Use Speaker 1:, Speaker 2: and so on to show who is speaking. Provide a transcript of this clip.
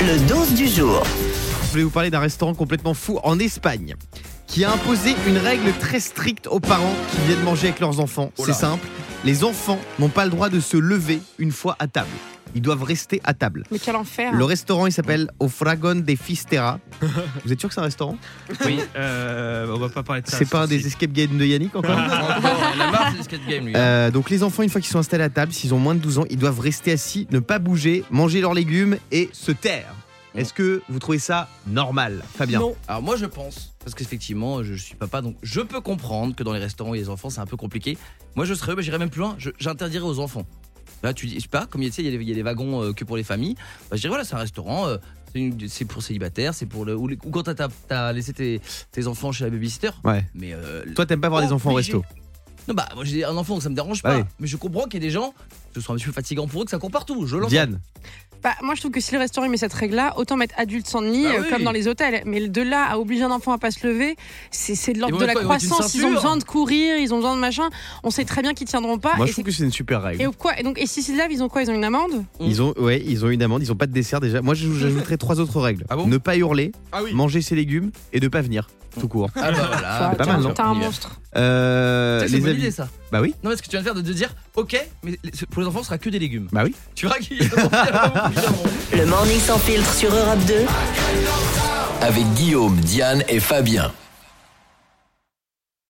Speaker 1: Le 12 du jour.
Speaker 2: Je voulais vous parler d'un restaurant complètement fou en Espagne qui a imposé une règle très stricte aux parents qui viennent manger avec leurs enfants.
Speaker 3: Oh là.
Speaker 2: C'est simple, les enfants n'ont pas le droit de se lever une fois à table. Ils doivent rester à table.
Speaker 4: Mais quel enfer
Speaker 2: Le restaurant, il s'appelle Ofragon de Fistera. Vous êtes sûr que c'est un restaurant
Speaker 3: Oui, euh, on va pas parler de ça.
Speaker 2: C'est pas un des escape games de Yannick encore
Speaker 3: Elle a marre de skate game, lui.
Speaker 2: Euh, donc les enfants, une fois qu'ils sont installés à table, s'ils ont moins de 12 ans, ils doivent rester assis, ne pas bouger, manger leurs légumes et se taire. Est-ce que vous trouvez ça normal, Fabien
Speaker 4: Non.
Speaker 5: Alors moi je pense, parce qu'effectivement je, je suis papa, donc je peux comprendre que dans les restaurants et les enfants c'est un peu compliqué. Moi je serais, bah, j'irais même plus loin, je- j'interdirais aux enfants. Là tu dis, je sais pas, comme il y a- tu sais, il y a des- il y a des wagons euh, que pour les familles, bah, je dirais voilà c'est un restaurant, euh, c'est une- c'est pour célibataires, c'est pour le... Ou, les- ou quand t'as- t'as t'as laissé tes, tes enfants chez la babysitter.
Speaker 2: Ouais.
Speaker 5: Mais euh,
Speaker 2: Toi, t'aimes pas voir les enfants au
Speaker 5: Obligé.
Speaker 2: resto
Speaker 5: non bah moi j'ai un enfant donc ça me dérange
Speaker 2: Bah
Speaker 5: pas,
Speaker 2: oui.
Speaker 5: mais je comprends qu'il y a des gens, ce soit un petit peu fatigant pour eux que ça court partout, je l'entends.
Speaker 2: Diane,
Speaker 4: Bah, Moi, je trouve que si le restaurant il met cette règle-là, autant mettre adulte sans nid,
Speaker 5: Bah
Speaker 4: euh,
Speaker 5: oui.
Speaker 4: comme dans les hôtels. Mais de là à obliger un enfant à pas se lever, c'est c'est de l'ordre
Speaker 5: Et
Speaker 4: de
Speaker 5: en
Speaker 4: la
Speaker 5: même temps, ils vont mettre une
Speaker 4: croissance. Ils ont
Speaker 5: ceinture.
Speaker 4: besoin de courir, ils ont besoin de machin. On sait très bien qu'ils tiendront pas.
Speaker 2: moi
Speaker 4: Ah, et
Speaker 2: je trouve
Speaker 4: c'est-
Speaker 2: que c'est une super
Speaker 4: et
Speaker 2: règle.
Speaker 4: au quoi et donc et si s'ils se lavent, ils ont quoi Ils ont une amende
Speaker 2: Ils ont, ouais, ils ont une amende, ils ont pas de dessert déjà. Moi, je- j'ajouterais trois autres règles
Speaker 3: Ah bon
Speaker 2: ne pas hurler,
Speaker 3: Ah oui.
Speaker 2: manger ses légumes et ne pas venir, tout court.
Speaker 5: Ah bah voilà,
Speaker 4: Enfin,
Speaker 2: pas
Speaker 4: t'as-
Speaker 2: mal, non
Speaker 4: T'as un
Speaker 5: On y va.
Speaker 4: monstre.
Speaker 2: Euh,
Speaker 5: Tu sais, c'est une bonne
Speaker 2: amis-
Speaker 5: idée ça.
Speaker 2: Bah oui.
Speaker 5: Non, mais ce que tu viens de faire, de, de dire, ok, mais les- pour les enfants, ce sera que des légumes.
Speaker 2: Bah oui.
Speaker 5: Tu verras qu'il y a vraiment plus d'avant.
Speaker 1: Le morning sans filtre sur Europe 2.
Speaker 6: avec Guillaume, Diane et Fabien.